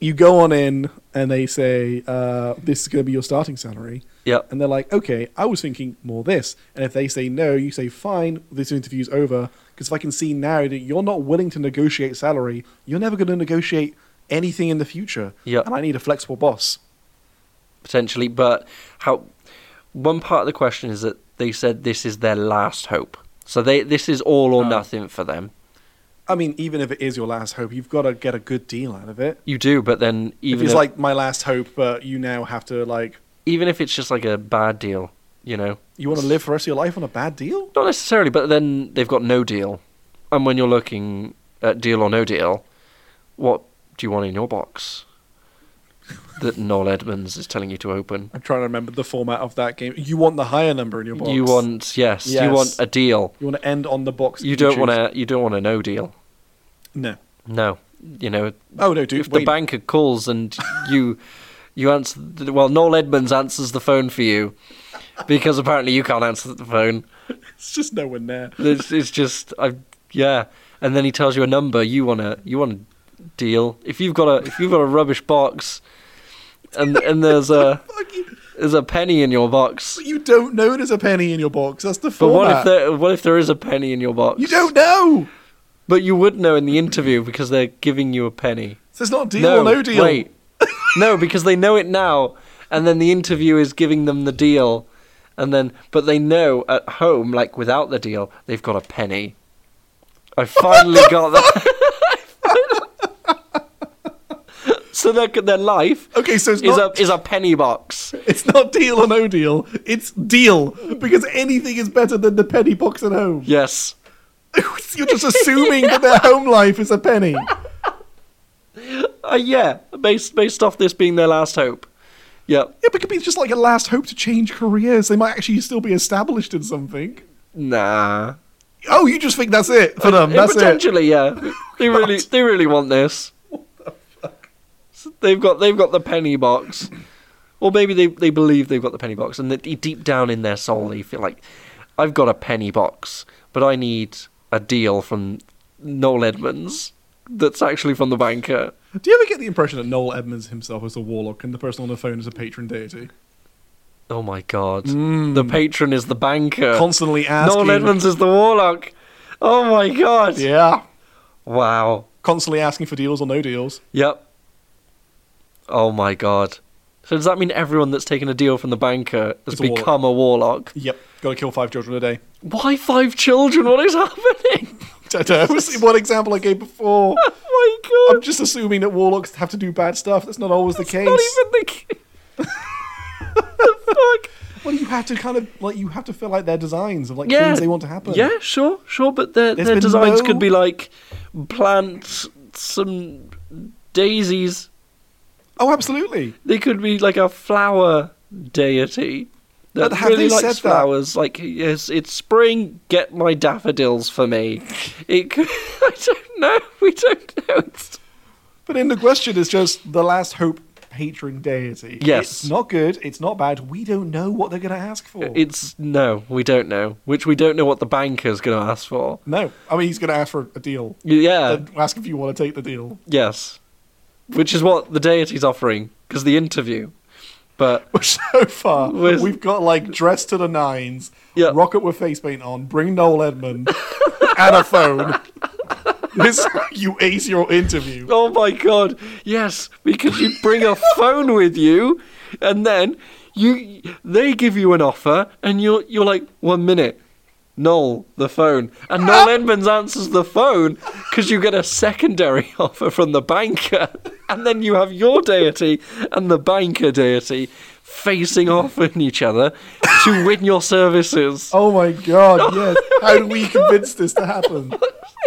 Speaker 2: you go on in and they say, uh, this is going to be your starting salary.
Speaker 1: Yep.
Speaker 2: And they're like, okay, I was thinking more this. And if they say no, you say, fine, this interview's over. Because if I can see now that you're not willing to negotiate salary, you're never going to negotiate anything in the future.
Speaker 1: Yeah.
Speaker 2: And I need a flexible boss.
Speaker 1: potentially. But how? One part of the question is that they said this is their last hope. So they this is all or
Speaker 2: Oh.
Speaker 1: nothing for them.
Speaker 2: I mean, even if it is your last hope, you've got to get a good deal out of it.
Speaker 1: You do, but then even
Speaker 2: if it's
Speaker 1: if-
Speaker 2: like my last hope, but you now have to like,
Speaker 1: even if it's just like a bad deal, you know,
Speaker 2: you want to live for the rest of your life on a bad deal?
Speaker 1: not necessarily. But then they've got no deal, and when you're looking at deal or no deal, what do you want in your box? that Noel Edmonds is telling you to open.
Speaker 2: I'm trying to remember the format of that game. You want the higher number in your box.
Speaker 1: You want yes, you
Speaker 2: Yes.
Speaker 1: want a deal.
Speaker 2: You want to end on the box.
Speaker 1: You don't want to you don't want a no deal.
Speaker 2: to. No.
Speaker 1: No, you know
Speaker 2: Oh no, dude.
Speaker 1: if the
Speaker 2: wait.
Speaker 1: banker calls and you you answer the, well Noel Edmonds answers the phone for you because apparently you can't answer the phone.
Speaker 2: It's just no one there.
Speaker 1: It's, it's just I yeah, and then he tells you a number. You wanna you wanna deal if you've got a if you've got a rubbish box. And and there's a
Speaker 2: Fuck you.
Speaker 1: there's a penny in your box.
Speaker 2: But you don't know there's a penny in your box. That's the
Speaker 1: But what
Speaker 2: format.
Speaker 1: if there what if there is a penny in your box?
Speaker 2: You don't know.
Speaker 1: But you would know in the interview because they're giving you a penny.
Speaker 2: So it's not deal or no deal.
Speaker 1: Wait. no, because they know it now, and then the interview is giving them the deal, and then but they know at home, like without the deal, they've got a penny. I finally got that. so their their life
Speaker 2: Okay, so Oh, it's
Speaker 1: is a
Speaker 2: not.
Speaker 1: is a penny box.
Speaker 2: It's not deal or no deal. It's deal because anything is better than the penny box at home.
Speaker 1: Yes.
Speaker 2: You're just assuming that their home life is a penny.
Speaker 1: Uh, yeah, based based off this being their last hope. Yep.
Speaker 2: Yeah, but it could be just like a last hope to change careers. They might actually still be established in something.
Speaker 1: Nah.
Speaker 2: Oh, you just think that's it for them?
Speaker 1: Yeah,
Speaker 2: That's it.
Speaker 1: potentially, yeah. They really, they really want this. What the fuck? They've got, they've got the penny box, or maybe they, they believe they've got the penny box, and that deep down in their soul they feel like, I've got a penny box, but I need a deal from Noel Edmonds that's actually from the banker.
Speaker 2: Do you ever get the impression that Noel Edmonds himself is a warlock and the person on the phone is a patron deity?
Speaker 1: Oh my god! The patron is the banker.
Speaker 2: Mm. Constantly asking.
Speaker 1: Uh, Noel Edmonds is the warlock. Oh my god!
Speaker 2: Yeah.
Speaker 1: Wow.
Speaker 2: Constantly asking for deals or no deals.
Speaker 1: Yep. Oh my god. So does that mean everyone that's taken a deal from the banker has
Speaker 2: Is a warlock.
Speaker 1: become a warlock?
Speaker 2: Yep. Got to kill five children a day.
Speaker 1: Why five children? What is happening?
Speaker 2: That was what example I gave before.
Speaker 1: Oh my
Speaker 2: I'm
Speaker 1: god.
Speaker 2: just assuming that warlocks have to do bad stuff. That's not always the case.
Speaker 1: Not even the. ki- the fuck?
Speaker 2: Well, you have to kind of like you have to fill out their designs of like
Speaker 1: Yeah.
Speaker 2: things they want to happen.
Speaker 1: Yeah, sure, sure, but their,
Speaker 2: There's
Speaker 1: their
Speaker 2: been
Speaker 1: designs
Speaker 2: no-
Speaker 1: could be like plant some daisies.
Speaker 2: Oh, absolutely.
Speaker 1: They could be like a flower deity that
Speaker 2: But have
Speaker 1: really
Speaker 2: they
Speaker 1: likes
Speaker 2: said that?
Speaker 1: flowers. Like yes, it's spring. Get my daffodils for me. It could. I don't know. We don't know. It's,
Speaker 2: But in the question is just the last hope patron deity.
Speaker 1: Yes.
Speaker 2: It's not good, it's not bad. We don't know what they're gonna ask for.
Speaker 1: it's no. We don't know. Which we don't know what the banker's going to ask for.
Speaker 2: no. I mean he's gonna ask for a deal.
Speaker 1: Yeah.
Speaker 2: They'd ask if you want to take the deal.
Speaker 1: yes. Which is what the deity's offering because the interview. But
Speaker 2: But so far,
Speaker 1: With-
Speaker 2: we've got like dressed to the nines,
Speaker 1: Yeah.
Speaker 2: rocket with face paint on, bring Noel Edmund, and a phone. This you ace your interview.
Speaker 1: Oh my god, yes, because you bring a phone with you, and then you they give you an offer, and you're you're like one minute, Noel the phone, and Noel Edmonds answers the phone because you get a secondary offer from the banker, and then you have your deity and the banker deity facing off on each other to win your services.
Speaker 2: Oh my god, yes. How do we convince this to happen?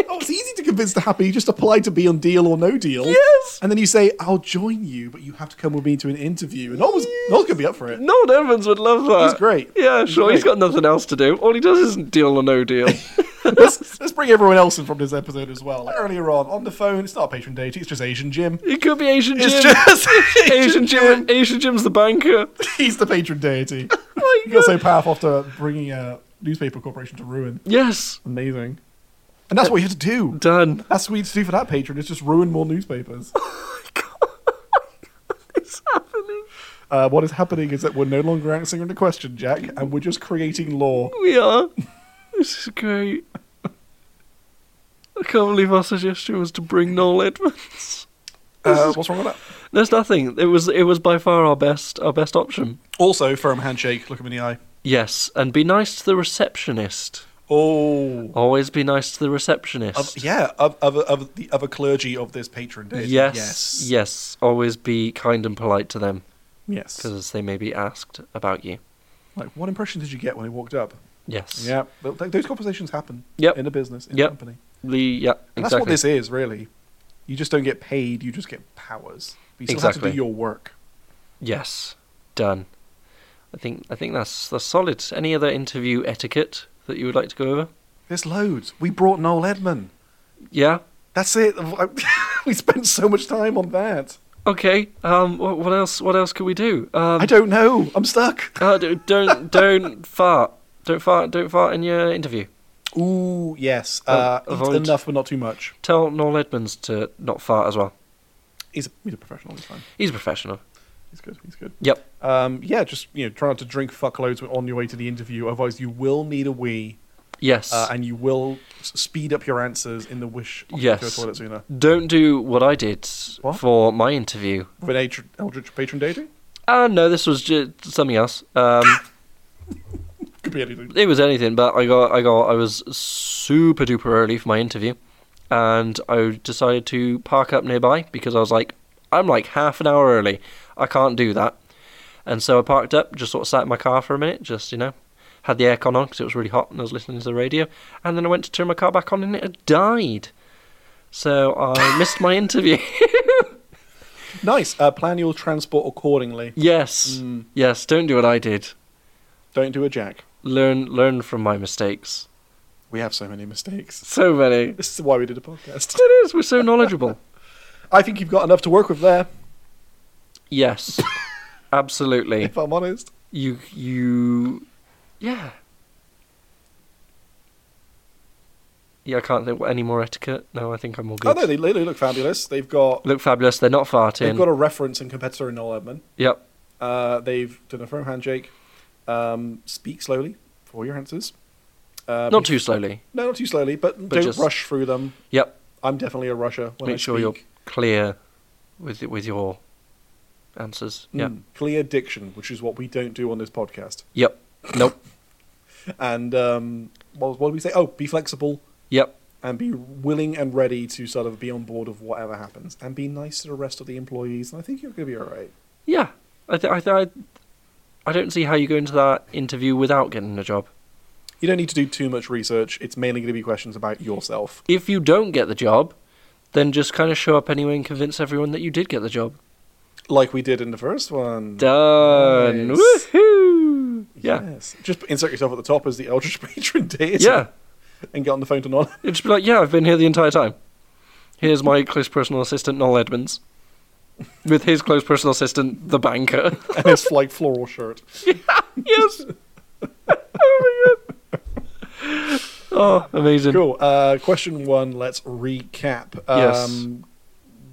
Speaker 2: Oh, it's easy to convince to happen. You just apply to be on deal or no deal.
Speaker 1: Yes.
Speaker 2: And then you say, I'll join you, but you have to come with me to an interview. And Noel's, Noel's going to be up for it.
Speaker 1: Noel Edmonds would love that.
Speaker 2: He's great.
Speaker 1: Yeah,
Speaker 2: He's
Speaker 1: sure. He's
Speaker 2: great.
Speaker 1: got nothing else to do. All he does isn't deal or no deal.
Speaker 2: let's, let's bring everyone else in from this episode as well. Like earlier on, on the phone, it's not a patron deity, it's just Asian Jim.
Speaker 1: It could be Asian Jim.
Speaker 2: It's just
Speaker 1: Asian Jim. Asian Jim's the banker.
Speaker 2: He's the patron deity.
Speaker 1: my
Speaker 2: He got so powerful after bringing a newspaper corporation to ruin.
Speaker 1: Yes.
Speaker 2: Amazing. And that's what you have to do.
Speaker 1: Done.
Speaker 2: That's what you have to do for that patron is just ruin more newspapers.
Speaker 1: It's happening.
Speaker 2: Uh, what is happening is that we're no longer answering the question, Jack, and we're just creating law.
Speaker 1: We are. This is great. I can't believe our suggestion was to bring Noel Edmonds.
Speaker 2: Uh, what's wrong with that?
Speaker 1: There's nothing. It was it was by far our best our best option.
Speaker 2: Also, firm handshake. Look him in the eye.
Speaker 1: Yes, and be nice to the receptionist.
Speaker 2: Oh.
Speaker 1: Always be nice to the receptionist.
Speaker 2: Of, yeah, of, of, of the other clergy of this patron deity.
Speaker 1: yes, yes,
Speaker 2: Yes.
Speaker 1: Always be kind and polite to them
Speaker 2: Yes.
Speaker 1: because they may be asked about you.
Speaker 2: Like, what impression did you get when he walked up?
Speaker 1: Yes.
Speaker 2: Yeah, th- th- those conversations happen
Speaker 1: Yep.
Speaker 2: in a business, in
Speaker 1: Yep.
Speaker 2: a company.
Speaker 1: The yeah. Exactly.
Speaker 2: And that's what this is, really. You just don't get paid, you just get powers. You still have to
Speaker 1: Exactly.
Speaker 2: do your work.
Speaker 1: Yes. Done. I think I think that's that's solid. Any other interview etiquette that you would like to go over?
Speaker 2: There's loads. We brought Noel Edman.
Speaker 1: Yeah.
Speaker 2: That's it. we spent so much time on that.
Speaker 1: Okay. Um. What, what else? What else could we do? Um.
Speaker 2: I don't know. I'm stuck.
Speaker 1: uh, d- don't don't fart. Don't fart. Don't fart in your interview.
Speaker 2: Ooh, yes.
Speaker 1: Oh,
Speaker 2: Uh, eat
Speaker 1: avoid.
Speaker 2: enough, but not too much.
Speaker 1: Tell Noel Edmonds to not fart as well.
Speaker 2: He's a, he's a professional. He's fine.
Speaker 1: He's a professional.
Speaker 2: He's good. He's good.
Speaker 1: Yep.
Speaker 2: Um, yeah, just you know, try not to drink fuckloads on your way to the interview. Otherwise, you will need a wee,
Speaker 1: Yes.
Speaker 2: uh, and you will s- speed up your answers in the wish to
Speaker 1: Yes.
Speaker 2: go to the toilet sooner.
Speaker 1: don't do what I did
Speaker 2: What?
Speaker 1: for my interview.
Speaker 2: Renee Tr- Eldritch patron deity
Speaker 1: Ah, no, this was just something else. Um,
Speaker 2: could be anything.
Speaker 1: it was anything, but I got, I got, I was super duper early for my interview, and I decided to park up nearby because I was like, I'm like half an hour early. I can't do that, and so I parked up, just sort of sat in my car for a minute, just you know, had the aircon on because it was really hot, and I was listening to the radio, and then I went to turn my car back on, and it had died. So I missed my interview.
Speaker 2: Nice. Uh, plan your transport accordingly.
Speaker 1: yes,
Speaker 2: Mm.
Speaker 1: yes. Don't do what I did.
Speaker 2: Don't do a jack.
Speaker 1: learn learn from my mistakes.
Speaker 2: We have so many mistakes.
Speaker 1: So many.
Speaker 2: This is why we did a podcast.
Speaker 1: It is. We're so knowledgeable.
Speaker 2: I think you've got enough to work with there.
Speaker 1: yes, absolutely.
Speaker 2: If I'm honest.
Speaker 1: You you, yeah. Yeah, I can't think of any more etiquette. No, I think I'm all
Speaker 2: Oh
Speaker 1: good.
Speaker 2: no, they, they look fabulous. They've got
Speaker 1: Look fabulous. They're not farting.
Speaker 2: they've got a reference and competitor in Noel Edmund.
Speaker 1: Yep.
Speaker 2: Uh, they've done a firm handshake. Um, speak slowly for your answers. Uh,
Speaker 1: Not too slowly.
Speaker 2: no, not too slowly, but, don't
Speaker 1: just-
Speaker 2: rush through them.
Speaker 1: Yep.
Speaker 2: I'm definitely a rusher. When I
Speaker 1: Make sure
Speaker 2: speak.
Speaker 1: you're clear with with your answers. Yeah.
Speaker 2: Mm, clear diction, which is what we don't do on this podcast.
Speaker 1: Yep. Nope.
Speaker 2: And um, what, what do we say? Oh, be flexible
Speaker 1: yep.
Speaker 2: and be willing and ready to sort of be on board of whatever happens, and be nice to the rest of the employees. And I think you're going to be all right.
Speaker 1: Yeah. I th- I th- I, I don't see how you go into that interview without getting a job.
Speaker 2: You don't need to do too much research. It's mainly going to be questions about yourself.
Speaker 1: if you don't get the job, then just kind of show up anyway and convince everyone that you did get the job.
Speaker 2: like we did in the first one.
Speaker 1: Done.
Speaker 2: Nice.
Speaker 1: Woohoo! Yeah.
Speaker 2: Yes. Just insert yourself at the top as the Eldritch Patron did.
Speaker 1: Yeah.
Speaker 2: And get on the phone to Nolan.
Speaker 1: It'd just be like, yeah, I've been here the entire time. Here's my close personal assistant, Noel Edmonds, with his close personal assistant, the banker.
Speaker 2: and his like floral shirt.
Speaker 1: yes. oh my god. Oh, amazing.
Speaker 2: Cool. Uh, question one. Let's recap.
Speaker 1: Yes.
Speaker 2: Um,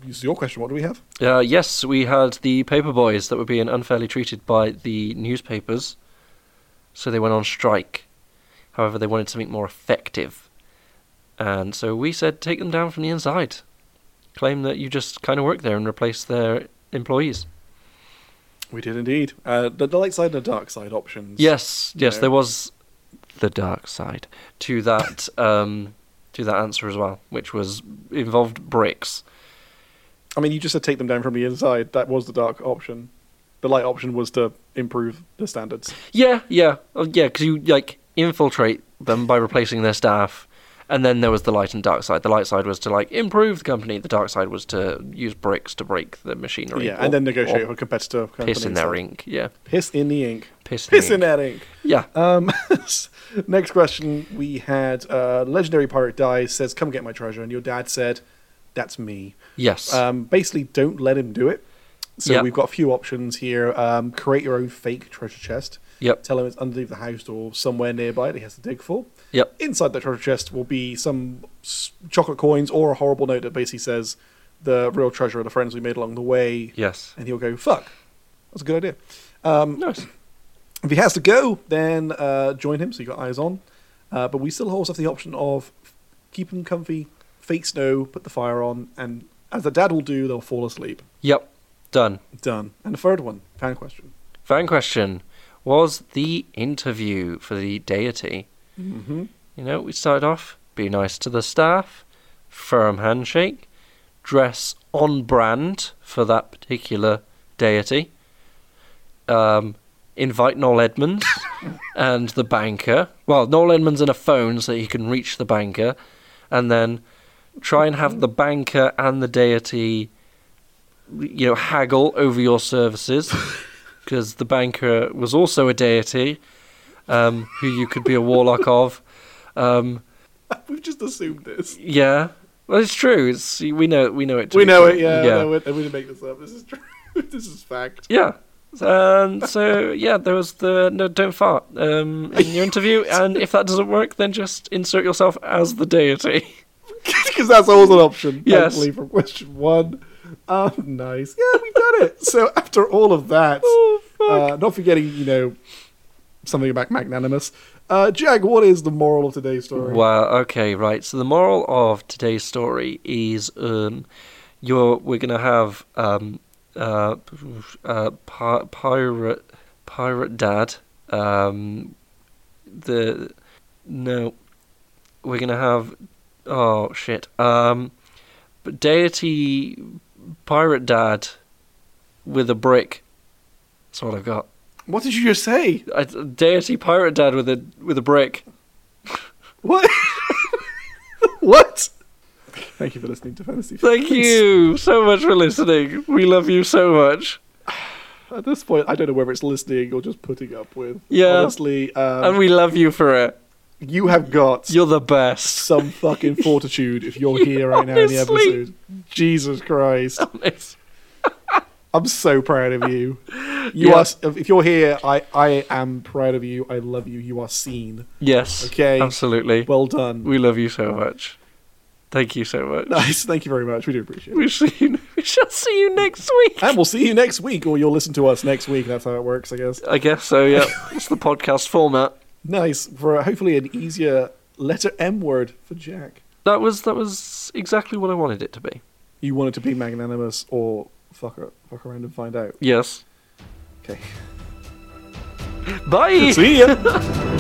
Speaker 2: yes. Your question. What do we have?
Speaker 1: Uh, yes, we had the paper boys that were being unfairly treated by the newspapers, so they went on strike. However, they wanted something more effective, and so we said take them down from the inside, claim that you just kind of work there and replace their employees.
Speaker 2: We did indeed. Uh, the, the light side and the dark side options.
Speaker 1: Yes, yes,
Speaker 2: No.
Speaker 1: there was the dark side to that um, to that answer as well, which was involved bricks.
Speaker 2: I mean, you just said take them down from the inside. That was the dark option. The light option was to improve the standards.
Speaker 1: Yeah, yeah, oh, yeah. Because you like infiltrate them by replacing their staff, and then there was the light and dark side. The light side was to like improve the company. The dark side was to use bricks to break the machinery.
Speaker 2: yeah,
Speaker 1: or-
Speaker 2: and then negotiate
Speaker 1: or
Speaker 2: with a competitor.
Speaker 1: piss in
Speaker 2: companies.
Speaker 1: their ink. Yeah,
Speaker 2: Piss in the ink.
Speaker 1: piss.
Speaker 2: Piss
Speaker 1: the
Speaker 2: in that ink.
Speaker 1: Yeah,
Speaker 2: Um, next question we had uh, legendary pirate dies says, "Come get my treasure," and your dad said, "That's me."
Speaker 1: yes,
Speaker 2: Um, basically, don't let him do it. So
Speaker 1: Yep.
Speaker 2: we've got a few options here. Um, create your own fake treasure chest.
Speaker 1: Yep.
Speaker 2: Tell him it's underneath the house or somewhere nearby that he has to dig for.
Speaker 1: Yep.
Speaker 2: Inside that treasure chest will be some s- chocolate coins or a horrible note that basically says the real treasure are the friends we made along the way.
Speaker 1: Yes.
Speaker 2: And he'll go, fuck. That's a good idea. Um,
Speaker 1: Nice.
Speaker 2: if he has to go, then uh, join him so you got eyes on. Uh, but we still always have the option of keep him comfy, fake snow, put the fire on, and as the dad will do, they'll fall asleep.
Speaker 1: Yep. Done.
Speaker 2: Done. And the third one, fan question.
Speaker 1: Fan question was the interview for the deity.
Speaker 2: Mm-hmm.
Speaker 1: You know, we started off be nice to the staff, firm handshake, dress on brand for that particular deity, um, invite Noel Edmonds and the banker. Well, Noel Edmonds in a phone so he can reach the banker, and then try and have the banker and the deity, you know, haggle over your services because the banker was also a deity um, who you could be a warlock of. Um,
Speaker 2: We've just assumed this.
Speaker 1: yeah, well, it's true. It's we know we know it. to
Speaker 2: We
Speaker 1: be
Speaker 2: know
Speaker 1: true.
Speaker 2: it, yeah.
Speaker 1: yeah,
Speaker 2: No, we, we didn't make this up. This is true. this is fact.
Speaker 1: yeah. And so yeah, there was the no, don't fart um, in your interview, and if that doesn't work, then just insert yourself as the deity.
Speaker 2: Because that's always an option.
Speaker 1: Yes.
Speaker 2: Thankfully, from question one. Um, nice. Yeah, we've done it. so after all of that,
Speaker 1: Oh,
Speaker 2: uh, not forgetting, you know, something about magnanimous. Uh, Jag, what is the moral of today's story?
Speaker 1: Wow. Okay. Right. So the moral of today's story is, um, you're we're gonna have um, uh, uh, pi- pirate pirate dad. Um, the no, we're gonna have oh shit. Um, but deity pirate dad with a brick. That's what I've got.
Speaker 2: What did you just say?
Speaker 1: I, deity pirate dad with a with a brick.
Speaker 2: What? what? Thank you for listening to Fantasy.
Speaker 1: Thank
Speaker 2: Films.
Speaker 1: you so much for listening. We love you so much.
Speaker 2: At this point, I don't know whether it's listening or just putting up with.
Speaker 1: Yeah.
Speaker 2: Honestly, um,
Speaker 1: and we love you for it.
Speaker 2: you have got
Speaker 1: You're the best.
Speaker 2: some fucking fortitude if you're here right now in the
Speaker 1: Honestly.
Speaker 2: episode. Jesus Christ. I'm so proud of you. You
Speaker 1: Yeah.
Speaker 2: are if you're here, I I am proud of you. I love you. You are seen.
Speaker 1: yes.
Speaker 2: Okay.
Speaker 1: Absolutely.
Speaker 2: Well done.
Speaker 1: We love you so much. Thank you so much.
Speaker 2: Nice. Thank you very much. We do appreciate it.
Speaker 1: We, see you, we shall see you next week.
Speaker 2: And we'll see you next week, or you'll listen to us next week. That's how it works, I guess.
Speaker 1: I guess so, yeah. It's the podcast format.
Speaker 2: Nice for hopefully an easier letter M word for Jack.
Speaker 1: That was that was exactly what I wanted it to be.
Speaker 2: You wanted to be magnanimous, or fuck ar- fuck around and find out.
Speaker 1: Yes.
Speaker 2: Okay.
Speaker 1: Bye.
Speaker 2: See ya.